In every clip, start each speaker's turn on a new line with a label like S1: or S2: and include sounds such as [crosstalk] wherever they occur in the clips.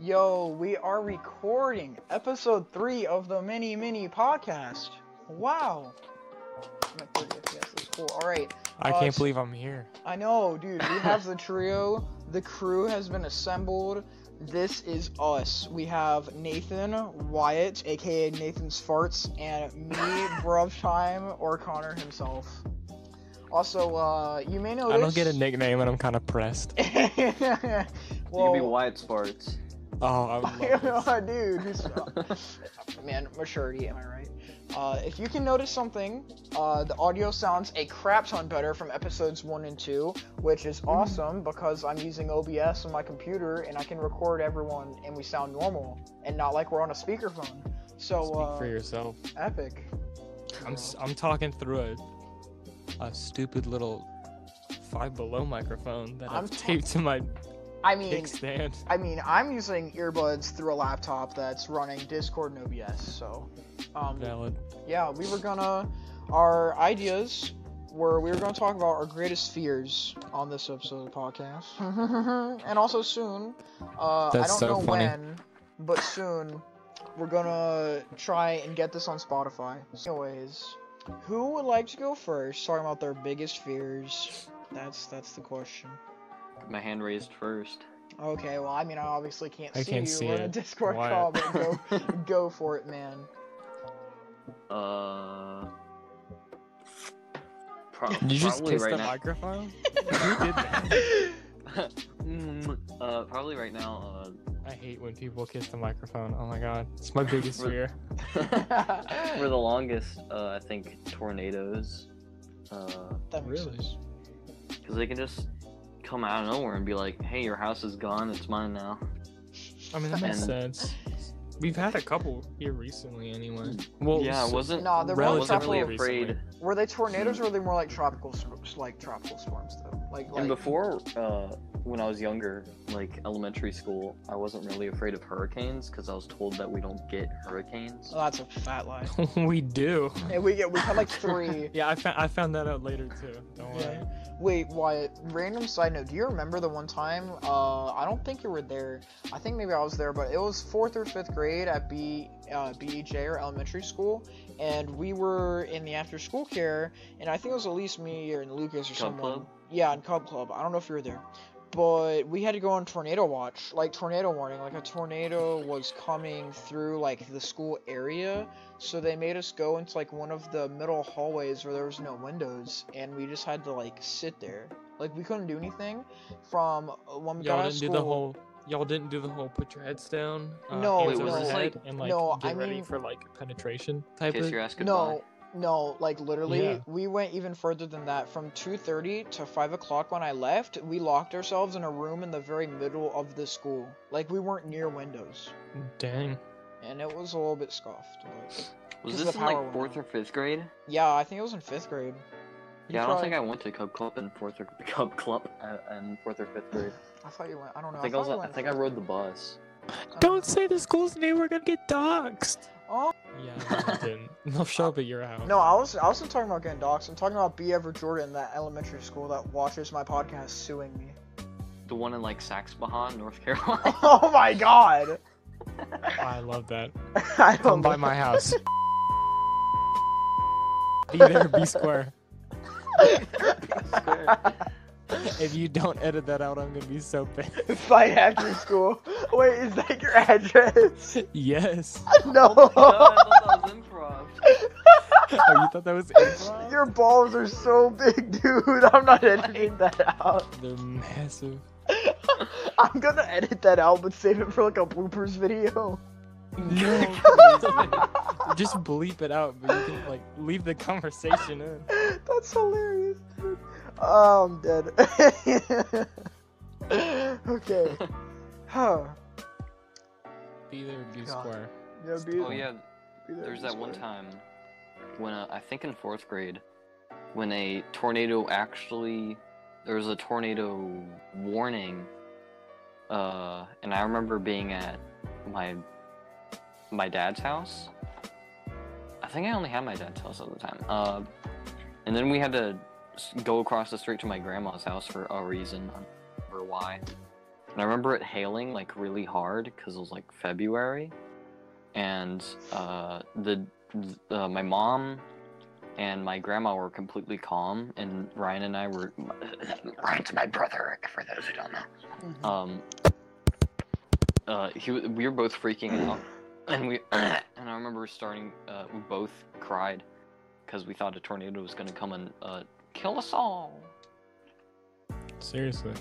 S1: Yo, we are recording episode three of the mini mini podcast. Wow. I'm at 30 FPS, that's cool. All right.
S2: I
S1: Uh,
S2: can't
S1: s-
S2: believe I'm here.
S1: I know, dude. We have the trio. The crew has been assembled. This is us. We have Nathan, Wyatt, aka Nathan's Farts, and me, Bruv Time, or Connor himself. Also, uh, you may notice.
S2: I don't get
S1: [laughs]
S2: a nickname and I'm kind of pressed.
S1: name.
S3: You could be
S1: well,
S3: Wyatt Sparks.
S2: [laughs] Oh, I would love this.
S1: dude, he's-
S2: [laughs]
S1: [laughs] man, maturity, am I right? Uh, if you can notice something, uh, the audio sounds a crap ton better from episodes one and two, which is
S2: Mm-hmm.
S1: awesome because I'm using OBS on my computer and I can record everyone and we sound normal and not like we're on a speakerphone. So
S2: Speak for
S1: uh,
S2: yourself.
S1: epic.
S2: I'm s- I'm talking through a a stupid little five below microphone that
S1: I'm
S2: I've
S1: ta-
S2: taped to my
S1: I mean,
S2: kick stand.
S1: I mean, I'm using earbuds through a laptop that's running Discord and OBS. So, um,
S2: Valid.
S1: yeah, we were gonna. Our ideas were we were gonna talk about our greatest fears on this episode of the podcast, [laughs] and also soon. Uh, I
S2: That's
S1: don't
S2: so
S1: know
S2: funny.
S1: when, but soon we're gonna try and get this on Spotify. Anyways, who would like to go first? Talking about their biggest fears. That's that's the question.
S3: My hand raised first.
S1: Okay, well, I mean, I obviously can't
S2: I
S1: see
S2: can't
S1: you
S2: see
S1: on a
S2: it.
S1: Discord
S2: Why?
S1: call, but go, go
S2: [laughs]
S1: for it, man. [laughs]
S3: Uh. Pro-
S2: You just
S3: probably
S2: kissed
S3: right
S2: the
S3: now.
S2: microphone? Who
S1: [laughs]
S2: did that?
S3: Mm, uh, probably right now.
S2: I hate when people kiss the microphone. Oh my god. It's my
S3: [laughs]
S2: biggest
S3: Re-
S2: fear.
S3: Uh, for the longest, uh, I think tornadoes, because
S1: That makes
S2: Really?
S1: sense.
S3: they can just come out of nowhere and be like, "Hey, your house is gone. It's mine now."
S2: I mean that makes
S3: And-
S2: sense. We've had a couple here recently anyway. Well
S3: yeah, I
S2: so-
S3: wasn't.
S1: No, there were a
S3: wasn't really
S1: couple-
S3: afraid.
S1: Were they tornadoes or were they more like tropical, s- like tropical storms though? Like, like
S3: And before, uh, when I was younger, like elementary school, I wasn't really afraid of hurricanes because I was told that we don't get hurricanes.
S2: Uh,
S1: oh, that's a fat lie.
S2: [laughs] we do.
S1: And we get we had like three.
S2: Yeah, I found I found that out later too. Don't worry.
S1: Yeah. Wait, Wyatt. Random side note. Do you remember the one time? Uh, I don't think you were there. I think maybe I was there, but it was fourth or fifth grade at B, uh, BEJ or elementary school, and we were in the after school care, and I think it was at least me or Lucas or
S3: Cub
S1: someone.
S3: Club?
S1: Yeah, in Cub Club. I don't know if you were there, but we had to go on tornado watch, like tornado warning, like a tornado was coming through like the school area. So they made us go into like one of the middle hallways where there was no windows, and we just had to like sit there. Like we couldn't do anything. From uh, when we got
S2: y'all
S1: out of
S2: didn't do
S1: school,
S2: the whole y'all didn't do the whole put your heads down uh,
S1: No,
S2: hands
S3: Wait,
S2: over
S3: was this
S2: head
S3: like-
S2: and like
S1: No,
S2: get
S1: I
S2: ready
S1: mean-
S2: for like penetration type
S3: Kiss
S2: of
S3: your ass goodbye.
S1: no, no, like literally,
S2: Yeah.
S1: we went even further than that. From two thirty to five o'clock when I left, we locked ourselves in a room in the very middle of the school. Like we weren't near windows,
S2: dang
S1: and it was a little bit scoffed. Like,
S3: Was
S1: This is
S3: this
S1: the
S3: in
S1: power one.
S3: like fourth or fifth grade?
S1: yeah, I think it was in fifth grade. You
S3: Yeah, I don't
S1: probably-
S3: think I went to Cub Club in fourth or [laughs] Cub Club uh, in fourth or fifth grade.
S1: I thought you went. I don't know.
S3: I think I
S1: thought
S3: was.
S1: you
S3: I
S1: went in
S3: think I
S1: fifth
S3: rode the bus.
S1: grade.
S2: don't say the school's name we're gonna get doxxed
S1: Oh.
S2: yeah no, I [laughs] didn't. they'll show up at your house
S1: No, I was I wasn't talking about getting doxxed. I'm talking about B. Ever Jordan, that elementary school that watches my podcast, suing me. [laughs]
S3: The one in like Saxbahan, North Carolina.
S1: Oh my god! [laughs]
S2: i love that
S1: I don't
S2: come by
S1: know.
S2: my house be there be square if you don't edit that out i'm gonna be so pissed
S1: [laughs] Fight after school. Wait, is that your
S2: [laughs]
S1: address? [laughs]
S2: yes
S3: No,
S1: No.
S3: I thought that was improv.
S2: oh you thought that [laughs] was
S1: [laughs]
S2: improv?
S1: Your balls are so big, dude. I'm not editing that out.
S2: they're massive
S1: I'm gonna edit that out, but save it for like a bloopers video. [laughs]
S2: No, [laughs] just bleep it out, but you can like leave the conversation in.
S1: That's hilarious. dude. Oh, I'm dead. [laughs]
S2: [laughs]
S1: okay. Huh.
S2: Be there, be
S1: God.
S2: square.
S1: Yeah, be-
S3: [laughs] Oh yeah,
S1: be there
S3: there's
S1: for
S3: that one
S1: square.
S3: time when uh, I think in fourth grade, when a tornado actually there was a tornado warning, uh, and I remember being at my my dad's house. I think I only had my dad's house at the time, uh, and then we had to s- go across the street to my grandma's house for a reason, I don't remember why. And I remember it hailing like really hard because it was like February, and uh, the th- uh, my mom and my grandma were completely calm, and Ryan and I were. [laughs] Ryan's my brother, for those who don't know
S1: Mm-hmm.
S3: um uh he w- we were both freaking out and we [clears throat] and i remember starting uh we both cried because we thought a tornado was gonna come and uh kill us all
S2: Seriously.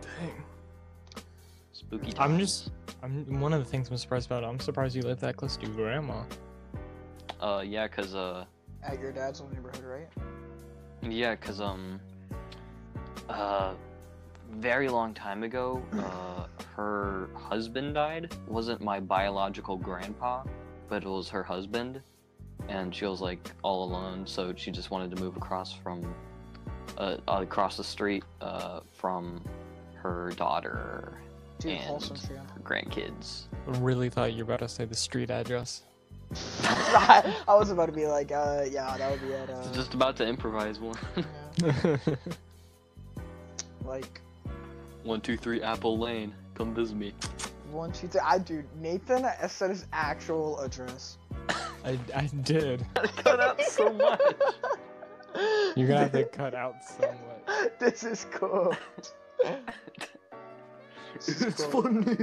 S2: Dang.
S3: spooky times.
S2: I'm just. I'm one of the things I'm surprised about. I'm surprised you live that close to your grandma.
S3: uh yeah because uh
S1: At your dad's old neighborhood, right?
S3: yeah because um uh very long time ago uh her husband died wasn't my biological grandpa but it was her husband and she was like all alone so she just wanted to move across from uh, across the street uh, from her daughter
S1: Dude,
S3: And-
S1: wholesome [laughs] trio.
S3: her grandkids
S2: I really thought you were about to say the
S1: [laughs]
S2: street address.
S1: I was about to be like, uh, yeah, that would be it.
S3: I
S1: Uh,
S3: was just about to improvise one [laughs]
S1: yeah.
S2: That's
S1: Like,
S3: one two three apple lane come visit me
S1: one, two, three. I, dude, Nathan said his actual address.
S2: I, I did.
S3: cut out [laughs] so much
S2: You're gonna have to cut out somewhat.
S1: [laughs] This is
S3: [laughs]
S1: cool. This is cool.
S3: funny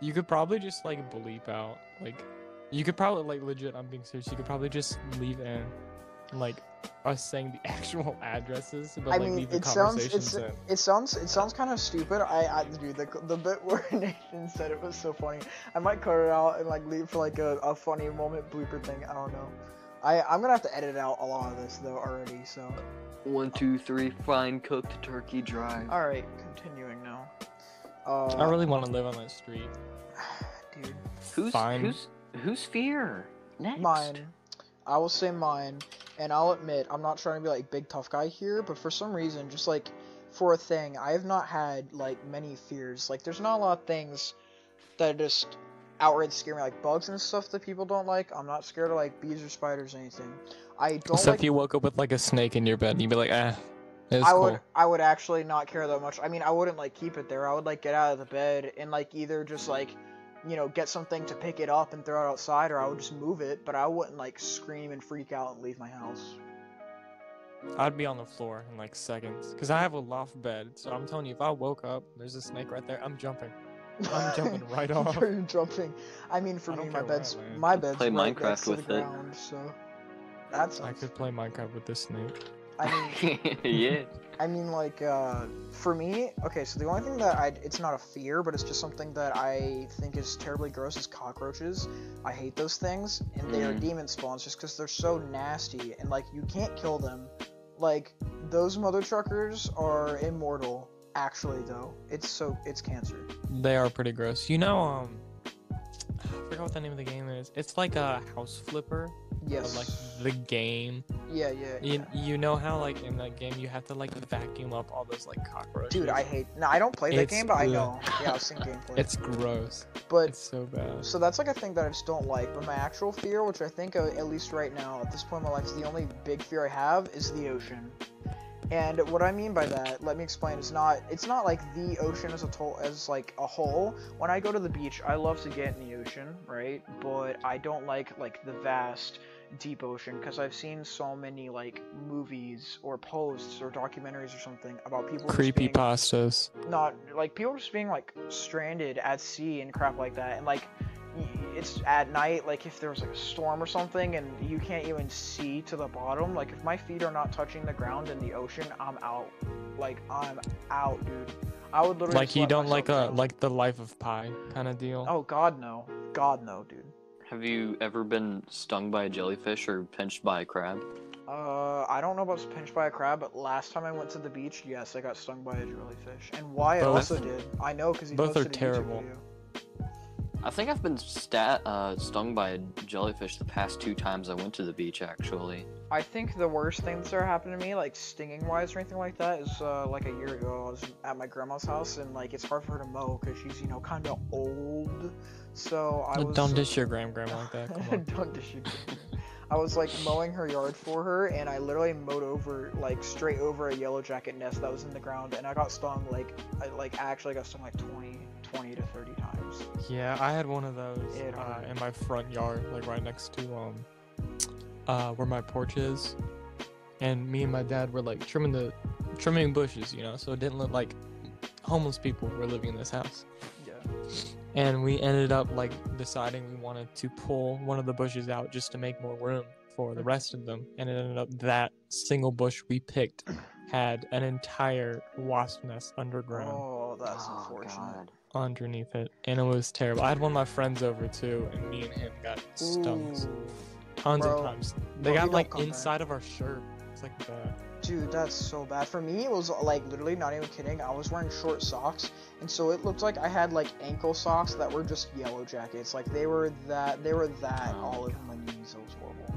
S2: You could probably just like bleep out. Like, you could probably like legit. I'm being serious. You could probably just leave in, like, us saying the [laughs] actual addresses, but
S1: I
S2: like
S1: mean,
S2: leave the
S1: it sounds-
S2: conversation
S1: it's- It sounds it sounds kind of stupid. I, I dude, the, the bit [laughs] where Nathan said it was so funny. I might cut it out and like leave for like a, a funny moment blooper thing. I don't know. I I'm gonna have to edit out a lot of this though already. So
S3: One, two, three, fine cooked turkey dry.
S1: all right, continuing now. Uh,
S2: I really want to live on that street.
S1: [sighs] dude,
S3: Who's
S2: Fine.
S3: who's who's fear? Next.
S1: mine. I will say mine, and I'll admit I'm not trying to be like big tough guy here, but for some reason, just like for a thing, I have not had like many fears. Like there's not a lot of things that are just outright scare me, like bugs and stuff that people don't like. I'm not scared of like bees or spiders or anything. I don't
S2: Except
S1: like.
S2: you woke up with like a snake in your bed, and you'd be like, ah, it's
S1: I
S2: cool.
S1: would I would actually not care that much. I mean, I wouldn't like keep it there. I would like get out of the bed and like either just like you know get something to pick it up and throw it outside, or I would just move it. But I wouldn't like scream and freak out and leave my house.
S2: I'd be on the floor in like seconds, cause I have a loft bed. So I'm telling you, if I woke up, there's a snake right there. I'm jumping.
S1: [laughs]
S2: I'm jumping right off.
S1: You're jumping. I mean, for
S2: I
S1: me,
S2: don't
S1: my
S2: care where I
S1: bed's
S2: land.
S1: my bed's
S3: Play
S1: right
S3: Minecraft
S1: next to the
S3: with it.
S1: ground, so that's.
S2: I could play Minecraft with this snake.
S1: I mean,
S3: [laughs] yeah.
S1: I mean, like, uh, for me, okay. So the only thing that I—it's not a fear, but it's just something that I think is terribly gross is cockroaches. I hate those things, and they are
S3: Mhm.
S1: demon spawns just because they're so nasty, and like you can't kill them. Like those mother truckers are immortal. Actually, though, it's so—it's cancer.
S2: They are pretty gross. You know, um, I forgot what the name of the game is. It's like a house flipper, but
S1: Yes.
S2: like the game.
S1: yeah, yeah. yeah.
S2: You, you know how like in that game you have to like vacuum up all those like cockroaches.
S1: Dude, I hate. No, I don't play that
S2: It's
S1: game, but I
S2: good.
S1: know. Yeah, I've
S2: [laughs]
S1: seen gameplay.
S2: It's gross.
S1: but
S2: It's so bad.
S1: so that's like a thing that I just don't like. But my actual fear, which I think uh, at least right now at this point in my life is the only big fear I have, is the ocean. And what I mean by that, let me explain. It's not it's not like the ocean as a to- as like a whole. When I go to the beach, I love to get in the ocean, right? But I don't like like the vast deep ocean because I've seen so many like movies or posts or documentaries or something about people just
S2: Creepy
S1: being-
S2: pastas.
S1: not like people just being like stranded at sea and crap like that and like y- it's at night like if there was like a storm or something and you can't even see to the bottom like if my feet are not touching the ground in the ocean i'm out like i'm out dude i would literally
S2: Like
S1: just
S2: you
S1: let
S2: don't like
S1: myself
S2: a
S1: drown.
S2: like the life of pie kind of deal.
S1: oh god no god no dude
S3: Have you ever been stung by a jellyfish or pinched by a crab?
S1: uh i don't know about pinched by a crab but last time i went to the beach yes i got stung by a jellyfish and why i
S2: Both-
S1: also did i know because he
S2: both are
S1: posted a YouTube
S2: terrible.
S1: video.
S3: I think I've been stat uh, stung by a jellyfish the past two times I went to the beach. Actually,
S1: I think the worst thing that's ever happened to me, like stinging wise or anything like that, is uh, like a year ago. I was at my grandma's house, and like it's hard for her to mow because she's you know kind of old. So I was
S2: Don't dish your gram gram like that. Come on.
S1: [laughs] Don't dish your grandma. I was like mowing her yard for her, and I literally mowed over like straight over a yellow jacket nest that was in the ground, and I got stung like I like I actually got stung like 20, 20 to thirty times.
S2: Yeah, I had one of those
S1: It
S2: uh,
S1: hurt.
S2: in my front yard, like right next to um, uh, where my porch is, and me and my dad were like trimming the, trimming bushes, you know, so it didn't look like homeless people were living in this house.
S1: Yeah.
S2: And we ended up like deciding we wanted to pull one of the bushes out just to make more room for the rest of them, and it ended up that single bush we picked had an entire wasp nest underground
S1: Oh, that's
S3: Oh,
S1: unfortunate.
S3: God.
S2: underneath it, and it was terrible. I had one of my friends over too, and me and him got stung
S1: Ooh.
S2: tons
S1: Bro.
S2: of times. They
S1: Bro, you
S2: got
S1: don't
S2: like
S1: come back.
S2: inside of our shirt. It's like bad.
S1: Dude, that's so bad. For me, it was like literally not even kidding. I was wearing short socks, and so it looked like I had like ankle socks that were just yellow jackets. Like they were that they were that
S3: Oh my
S1: all over my knees. It was horrible.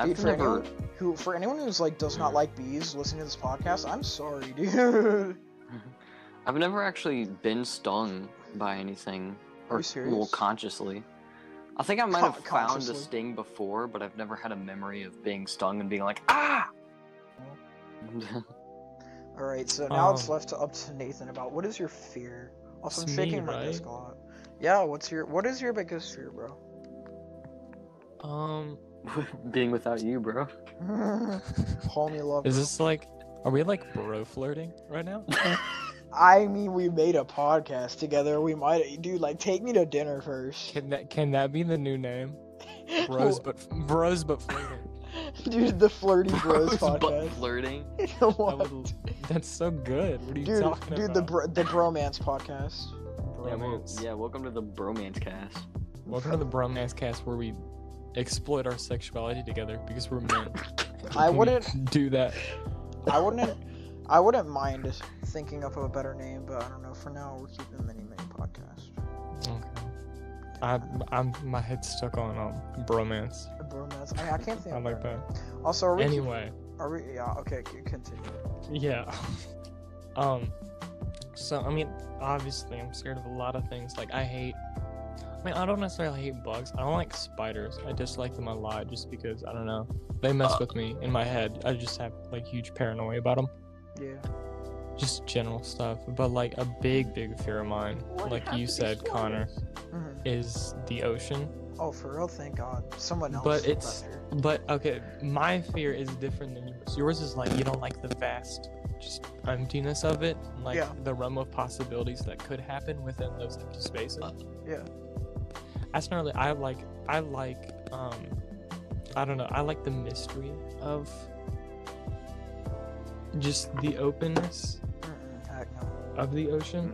S3: I've
S1: Dude, for
S3: never.
S1: anyone who for anyone who's like does not like bees, listening to this podcast, I'm sorry, [laughs] dude.
S3: [laughs] I've never actually been stung by anything,
S1: Are
S3: or
S1: you serious?
S3: well, consciously. I think I might
S1: Con-
S3: have found a
S1: consciously.
S3: sting before, but I've never had a memory of being stung and being like, ah. [laughs]
S1: All right, so now it's
S2: Um,
S1: left to up to Nathan about what is your fear. Also, I'm
S2: it's me,
S1: shaking my
S2: right?
S1: desk a lot. Yeah, what's your what is your biggest fear, bro? [laughs]
S2: Um,
S3: being without you,
S1: [laughs]
S3: bro. [laughs]
S1: Call me love.
S2: is
S1: bro.
S2: this like, are we like bro flirting right now?
S1: I mean, we made a podcast together. We might, dude. Like, take me to dinner first,
S2: Can that can that be the new name?
S1: [laughs]
S2: Bros, but bros, but flirting.
S1: dude. The flirty bros,
S3: Bros, but
S1: [laughs] podcast.
S3: flirting.
S2: That
S1: What?
S2: would- [laughs] that's so good. What are you
S1: dude,
S2: talking
S1: dude,
S2: about?
S1: the bro- the bromance podcast.
S2: Yeah, well,
S3: Bromance. Yeah, welcome to the bromance cast.
S2: Welcome to the bromance cast where we exploit our sexuality together because
S1: [laughs]
S2: we're men.
S1: I
S2: We
S1: wouldn't-
S2: do that.
S1: I wouldn't, I wouldn't mind thinking up of a better name, but I don't know. For now, we're keeping mini mini podcast.
S2: Okay. I, I'm my head's stuck on um, bromance.
S1: The bromance. I, mean, I can't think.
S2: I
S1: of
S2: like
S1: better.
S2: that.
S1: Also, are we? keep-
S2: Anyway,
S1: Are we? Yeah. Okay. c- Continue.
S2: yeah. [laughs] um, so I mean, obviously, I'm scared of a lot of things. Like I hate. I mean, I don't necessarily hate bugs. I don't like spiders. I dislike them a lot just because I don't know. They mess with me in my head. I just have like huge paranoia about them.
S1: Yeah.
S2: Just general stuff. But like a big, big fear of mine, like you said, Connor,
S1: Mhm.
S2: is the ocean.
S1: Oh, for real? Thank God. Someone else.
S2: But it's-
S1: better.
S2: But okay, my fear is different than yours. Yours is like you don't like the vast, just emptiness of it, and, like
S1: Yeah.
S2: the realm of possibilities that could happen within those empty spaces.
S1: yeah.
S2: That's not really. I like. I like. Um, I don't know. I like the mystery of just the openness
S1: Mm-mm, heck no.
S2: of the ocean.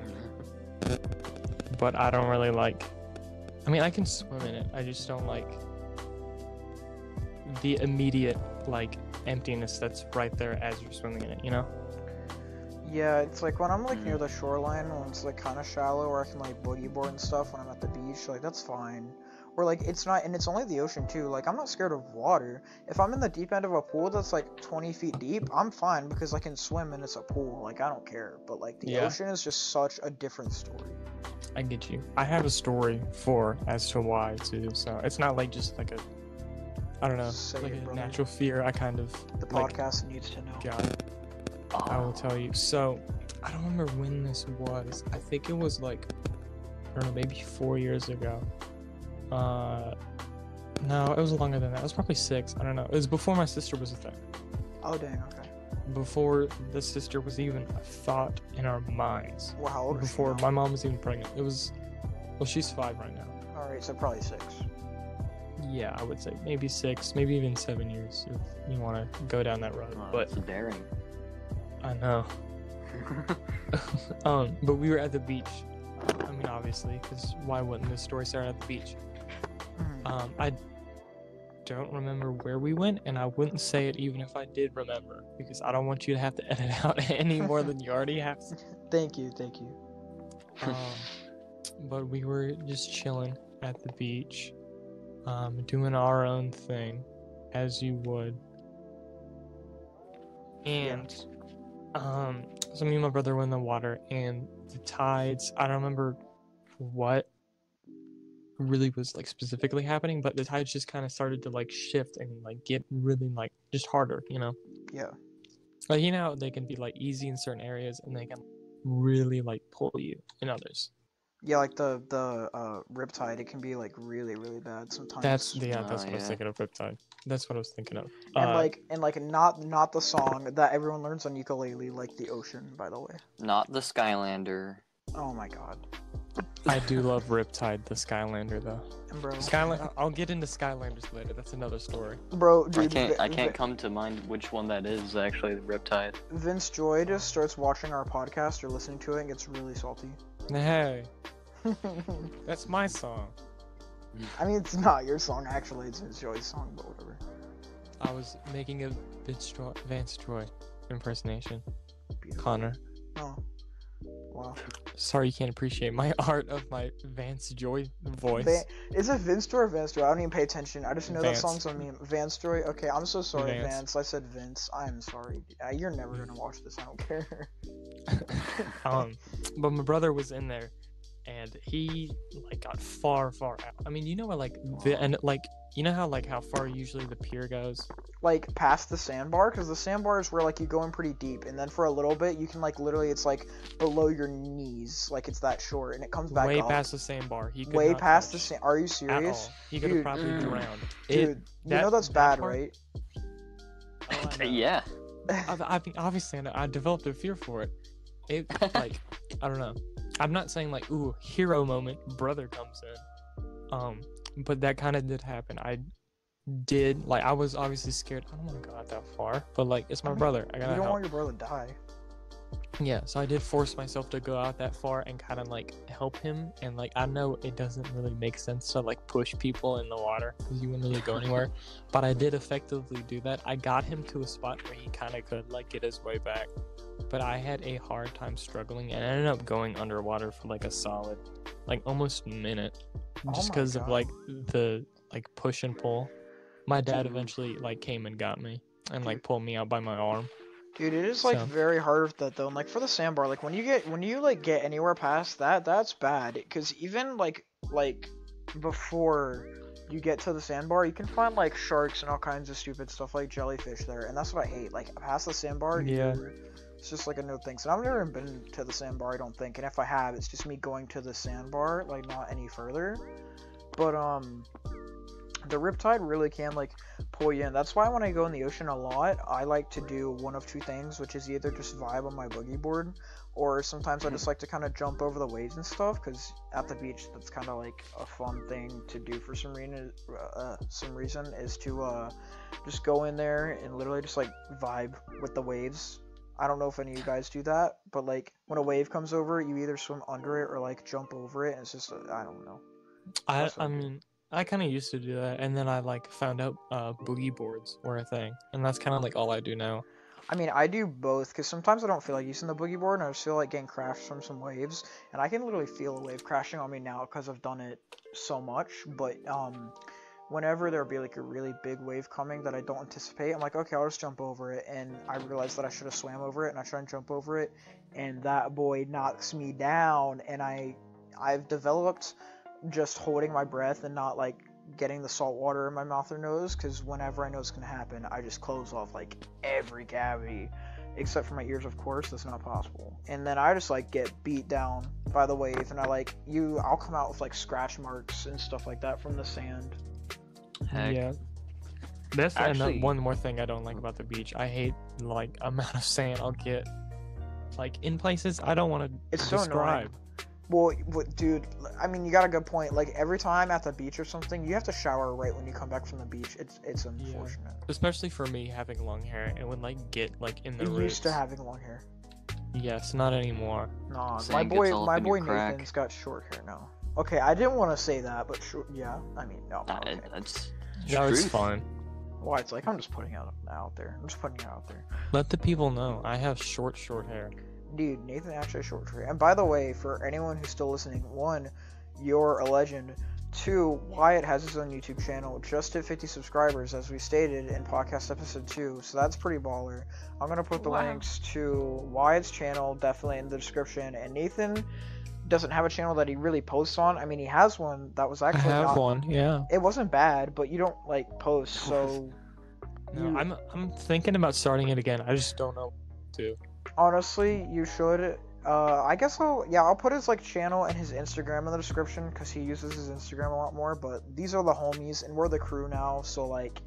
S3: Mm-hmm.
S2: But I don't really like. I mean, I can swim in it. I just don't like the immediate like emptiness that's right there as you're swimming in it. You know.
S1: Yeah, it's like when I'm like
S2: Mm.
S1: near the shoreline, when it's like kind of shallow, where I can like boogie board and stuff. When I'm at the beach, like that's fine. Or like it's not, and it's only the ocean too. Like I'm not scared of water. If I'm in the deep end of a pool that's like 20 feet deep, I'm fine because I can swim and it's a pool. Like I don't care. But like the
S2: Yeah.
S1: ocean is just such a different story.
S2: I get you. I have a story for as to why too. So it's not like just like a, I don't know,
S1: Say
S2: like
S1: it,
S2: a
S1: brother.
S2: natural fear. I kind of
S1: The
S2: Like-
S1: podcast needs to know.
S2: got. It. I will
S3: Oh,
S2: tell you. So I don't remember when this was. I think it was like, I don't know, maybe four years ago. Uh, no, it was longer than that. It was probably six. I don't know. It was before my sister was a thing.
S1: Oh dang. Okay.
S2: Before the sister was even a thought in our minds.
S1: Well, how old is she
S2: Before
S1: now?
S2: my mom was even pregnant. It was, well, she's five right now.
S1: All right, so probably six.
S2: Uh. yeah, I would say maybe six, maybe even seven years if you want to go down that road.
S3: oh,
S2: But
S3: that's daring. [laughs]
S2: I know. Um, but we were at the beach. I mean, obviously, because why wouldn't this story start at the beach?
S1: Mhm.
S2: Um, I don't remember where we went, and I wouldn't say it even if I did remember, because I don't want you to have to [laughs] edit out any more than you already have to.
S1: Thank you. Thank you.
S2: um, but we were just chilling at the beach, um, doing our own thing, as you would. And um, so me and my brother went in the water, and the tides. I don't remember what really was like specifically happening, but the tides just kind of started to like shift and like get really like just harder, you know?
S1: Yeah.
S2: Like you know, they can be like easy in certain areas, and they can really like pull you in others.
S1: Yeah, like the the uh, riptide, it can be like really really bad sometimes.
S2: That's yeah, that's
S3: Oh,
S2: what I was
S3: yeah.
S2: thinking of Riptide. That's what I was thinking of.
S1: and
S2: Uh,
S1: like and like not not the song that everyone learns on ukulele, like the ocean. By the way,
S3: Not the Skylander.
S1: oh my god,
S2: I do love Riptide, the Skylander though.
S1: and bro,
S2: Skylander. I'll get into Skylanders later. That's another story.
S1: bro, dude,
S3: I can't.
S1: Vi-
S3: I can't
S1: Vi-
S3: come to mind which one that is actually. The Riptide.
S1: Vince Joy just starts watching our podcast or listening to it and gets really salty. [laughs]
S2: Hey, that's my song.
S1: I mean, it's not your song actually; it's Vince Joy's song, but whatever.
S2: I was making a Vince Troy, Vance Troy impersonation.
S1: Beautiful.
S2: Connor,
S1: Oh, wow.
S2: sorry you can't appreciate my [laughs] art of my Vance Joy voice.
S1: Va- is it Vince Joy or Vance Joy? I don't even pay attention. I just know
S2: Vance.
S1: that song's on meme. Vance Joy. Okay, I'm so sorry,
S2: Vance.
S1: Vance. I said Vince. I'm sorry. Uh, you're never gonna watch this. I don't care.
S2: [laughs] um, but my brother was in there, and he like got far, far out. I mean, you know what, like the and like you know how like how far usually the pier goes.
S1: like past the sandbar because the sandbar is where like you go in pretty deep and then for a little bit you can like literally it's like below your knees like it's that short and it comes back
S2: way
S1: up
S2: past the sandbar. He could
S1: way
S2: not
S1: past the
S2: touch
S1: sand are you
S2: at
S1: serious
S2: all. He could have
S1: Dude.
S2: probably
S3: Mm.
S2: drowned.
S1: dude [laughs]
S2: It-
S1: you
S2: that-
S1: know that's
S2: that
S1: bad
S2: part-
S1: right
S2: oh, I know.
S3: [laughs] yeah.
S1: [laughs]
S2: I, I think obviously I, know- I developed a fear for it. It like I don't know. I'm not saying like ooh hero moment brother comes in, um, but that kind of did happen. I did like I was obviously scared. I don't want to go out that far, but like it's my
S1: mean,
S2: brother. I
S1: you
S2: gotta
S1: don't
S2: help.
S1: want your brother to die
S2: Yeah, so I did force myself to go out that far and kind of like help him. And like I know it doesn't really make sense to like push people in the water because you wouldn't really
S1: [laughs]
S2: go anywhere, but I did effectively do that. I got him to a spot where he kind of could like get his way back, but I had a hard time struggling and I ended up going underwater for like a solid, like almost minute, just
S1: Oh my
S2: because of
S1: God.
S2: like the like push and pull. My dad
S3: Dude.
S2: eventually like came and got me and like
S1: Dude.
S2: pulled me out by my arm.
S1: dude it is like
S2: So-
S1: very hard with that though and like for the sandbar like when you get when you like get anywhere past that that's bad because even like like before you get to the sandbar you can find like sharks and all kinds of stupid stuff like jellyfish there and that's what i hate like past the sandbar
S2: Yeah.
S1: you're- it's just like a no thanks and i've never been to the sandbar i don't think and if i have it's just me going to the sandbar like not any further but um the riptide really can like pull you in. That's why when I go in the ocean a lot, I like to do one of two things, which is either just vibe on my boogie board, or sometimes I just like to kind of jump over the waves and stuff. Because at the beach, that's kind of like a fun thing to do for some reason. Uh, some reason is to uh, just go in there and literally just like vibe with the waves. I don't know if any of you guys do that, but like when a wave comes over, you either swim under it or like jump over it. And it's just uh, I don't know.
S2: I,
S1: That's
S2: I
S1: what I do.
S2: mean, I kind of used to do that, and then I like found out uh, boogie boards were a thing, and that's kind of like all I do now.
S1: I mean, I do both because sometimes I don't feel like using the boogie board, and I just feel like getting crashed from some waves, and I can literally feel a wave crashing on me now because I've done it so much. But um, whenever there'll be like a really big wave coming that I don't anticipate, I'm like, okay, I'll just jump over it, and I realize that I should have swam over it, and I try and jump over it, and that boy knocks me down, and I, I've developed just holding my breath and not like getting the salt water in my mouth or nose because whenever I know it's gonna happen, I just close off like every cavity except for my ears of course that's not possible and then i just like get beat down by the wave and i like you i'll come out with like scratch marks and stuff like that from the sand
S3: Heck.
S2: Yeah, that's ano-
S3: Actually-
S2: one more thing I don't like about the beach. I hate like [laughs] amount of sand I'll get, like in places I don't want to
S1: It's so annoying.
S2: describe.
S1: well what, dude i mean you got a good point like every time at the beach or something you have to shower right when you come back from the beach it's it's unfortunate
S2: Especially for me having long hair, and would like get like in the
S1: you
S2: roots.
S1: used to having long hair
S2: Yes, not anymore.
S1: nah my
S3: Sand gets
S1: boy
S3: all up
S1: my
S3: in your
S1: boy
S3: crack.
S1: nathan's got short hair now okay i didn't want to say that but sure yeah i mean no
S3: That-
S1: okay.
S3: Ah, that's
S2: No, it's
S3: truth.
S2: fine.
S1: why it's like i'm just putting it out out there i'm just putting it out there
S2: Let the people know I have short, short hair.
S1: Dude, Nathan actually has short hair. And by the way, for anyone who's still listening, one, you're a legend. Two, Wyatt has his own YouTube channel, just hit 50 subscribers, as we stated in podcast episode two. So that's pretty baller. I'm gonna put the
S3: Wow.
S1: links to Wyatt's channel definitely in the description, and Nathan doesn't have a channel that he really posts on. I mean, he has one that was
S2: I
S1: actually
S2: have
S1: not,
S2: one. Yeah.
S1: it wasn't bad, but you don't like
S2: [laughs]
S1: post, so
S2: No, I'm I'm thinking about starting it again. I just don't know. What to. do.
S1: honestly, you should. Uh, I guess I'll yeah I'll put his like channel and his Instagram in the description because he uses his Instagram a lot more. But these are the homies and we're the crew now, so like,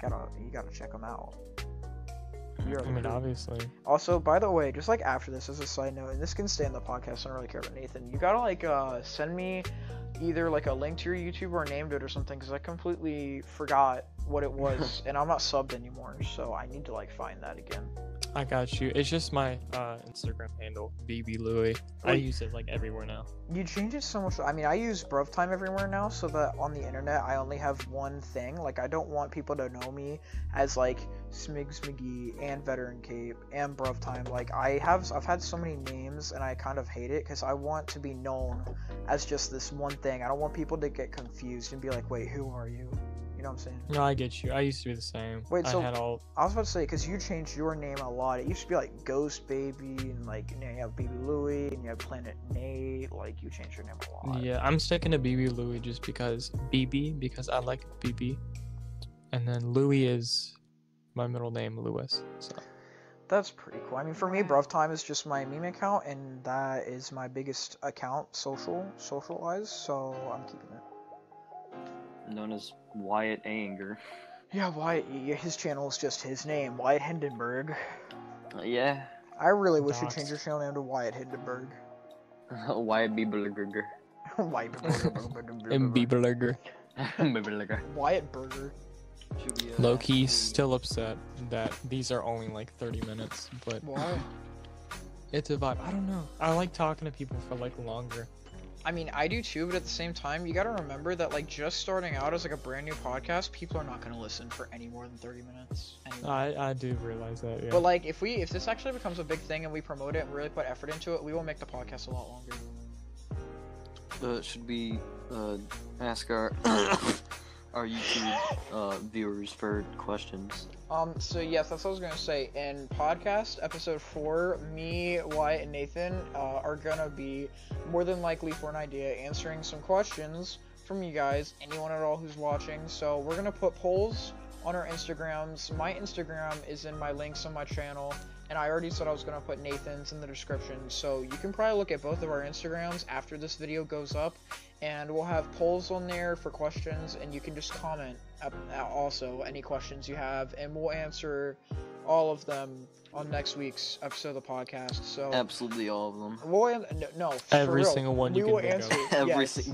S1: gotta you gotta check them out. You're
S2: I
S1: the
S2: mean,
S1: crew.
S2: obviously.
S1: Also, by the way, just like after this, as a side note, and this can stay in the podcast, I don't really care about Nathan. You gotta like uh, send me either like a link to your YouTube or named it or something, because I completely forgot what
S2: [laughs]
S1: it was, and I'm not subbed anymore, so I need to like find that again.
S2: I got you. It's just my uh, Instagram handle, BB Louie. I
S1: Wait.
S2: use it like everywhere now.
S1: You change it so much. I mean, I use bruv time everywhere now, so that on the internet I only have one thing. Like, I don't want people to know me as like Smigs McGee and Veteran Cape and bruv time. Like, I have I've had so many names, and I kind of hate it because I want to be known as just this one thing. I don't want people to get confused and be like, "Wait, who are you?" You know what I'm saying?
S2: No, I get you. I used to be the same.
S1: Wait, so-
S2: I had all.
S1: I was about to say because you changed your name a lot. It used to be like Ghost Baby, and like now you have Baby Louie, and you have Planet Nate. Like, you changed your name a lot.
S2: Yeah, I'm sticking to BB Louie just because BB because I like BB, and then Louie is my middle name, Lewis. So
S1: That's pretty cool. I mean, for me, Bruv Time is just my meme account, and that is my biggest account, social, socialize. So I'm keeping it.
S3: known as Wyatt Anger.
S1: Yeah, Wyatt. yeah, His channel is just his name, Wyatt Hindenburg.
S3: Uh, yeah, [laughs]
S1: I really wish you
S2: Doxed.
S1: change your channel name to Wyatt Hindenburg. [laughs]
S3: Wyatt [laughs] Bieberger.
S1: Wyatt
S2: [laughs] and
S1: Burger.
S2: Bieberger.
S3: Bieberger.
S1: Wyatt Burger.
S3: Should be, uh,
S2: Loki still upset that these are only like 30 minutes, but
S1: Why?
S2: it's a vibe. I don't know. I like talking to people for like longer.
S1: I mean, I do too, but at the same time, you gotta remember that like just starting out as like a brand new podcast, people are not gonna listen for any more than thirty minutes. anyway.
S2: I I do realize that. Yeah.
S1: But like, if we if this actually becomes a big thing and we promote it and really put effort into it, we will make the podcast a lot longer.
S3: Uh, should we uh, ask our [coughs] our YouTube uh, viewers for questions?
S1: Um. So yes, that's what I was gonna say. In podcast episode four, me, Wyatt, and Nathan uh, are gonna be more than likely for an idea answering some questions from you guys, anyone at all who's watching. So we're gonna put polls on our Instagrams. My Instagram is in my links on my channel, and I already said I was gonna put Nathan's in the description. So you can probably look at both of our Instagrams after this video goes up, and we'll have polls on there for questions, and you can just comment up, uh, also any questions you have, and we'll answer all of them on next week's episode of the podcast. So.
S3: Absolutely all of them.
S1: We'll an- no, no for
S2: Every
S1: real.
S2: single one
S1: We
S2: you can
S1: will
S2: think of.
S1: answer.
S3: Every
S1: yes.
S3: si-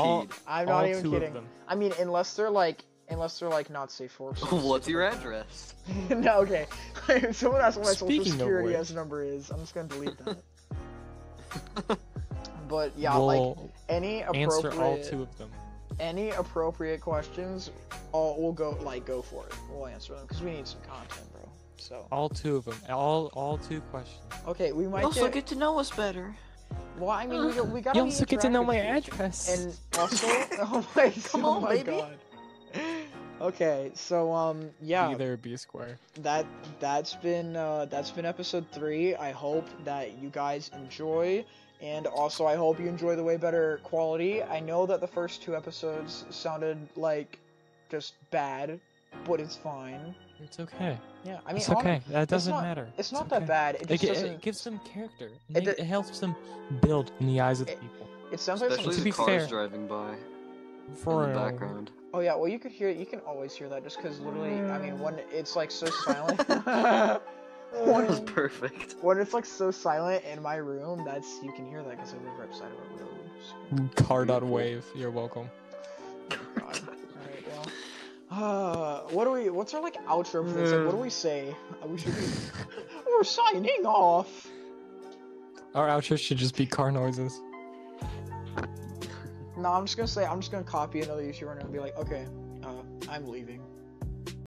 S1: [laughs]
S2: All-
S1: I'm
S2: all
S1: not even
S2: two
S1: kidding.
S2: of them.
S1: I mean, unless they're like, unless they're like not safe for.
S2: [laughs]
S3: What's your address?
S1: [laughs] no, okay. [laughs] If Someone asked what my social
S2: Speaking of
S1: security
S2: which-
S1: as number is. I'm just gonna delete that.
S2: [laughs]
S1: but yeah, like
S2: we'll
S1: any
S2: answer
S1: appropriate,
S2: all two of them.
S1: any appropriate questions, all we'll go like go for it. We'll answer them because we need some content, bro. So
S2: All two of them. All all two questions.
S1: okay, we might
S3: also
S1: get,
S3: get Oh, to know us better.
S1: Well, I mean, we, go- we gotta.
S2: You
S1: be
S2: also get to know my
S1: interactive here.
S2: address.
S1: And
S3: [laughs]
S1: also, [laughs] oh my,
S3: Come
S1: oh
S3: on,
S1: my
S3: baby.
S1: god. Okay, so um, yeah,
S2: Either B Square.
S1: that that's been uh, that's been episode three. I hope that you guys enjoy, and also I hope you enjoy the way better quality. I know that the first two episodes sounded like just bad, but it's fine.
S2: It's okay.
S1: Yeah, I mean,
S2: it's okay.
S1: hon-
S2: that doesn't
S1: not-
S2: matter.
S1: it's not that bad. It
S2: It,
S1: just
S2: gi-
S1: doesn't.
S2: it gives them character.
S1: It
S2: It,
S1: do-
S2: it helps them build in the eyes of the
S1: It-
S2: people.
S1: it sounds like
S3: Especially
S1: some
S2: To
S3: the
S2: be
S3: cars
S2: fair-
S3: driving by
S2: For
S3: in the
S2: real.
S3: background.
S1: Oh yeah, well you could hear you can always hear that just because literally I mean when it's like so silent.
S3: That was
S1: when,
S3: [laughs] perfect.
S1: when it's like so silent in my room, that's you can hear that because I live right beside of a road. so-
S2: Car dot wave. You're welcome.
S1: Oh, God. [laughs] Alright, well. Uh, what do we? What's our like outro for this? Like, what do we say? Uh, we should be. We're signing off.
S2: Our outro should just be car noises.
S1: No, I'm just gonna say I'm just gonna copy another YouTuber and be like, okay, uh, I'm leaving.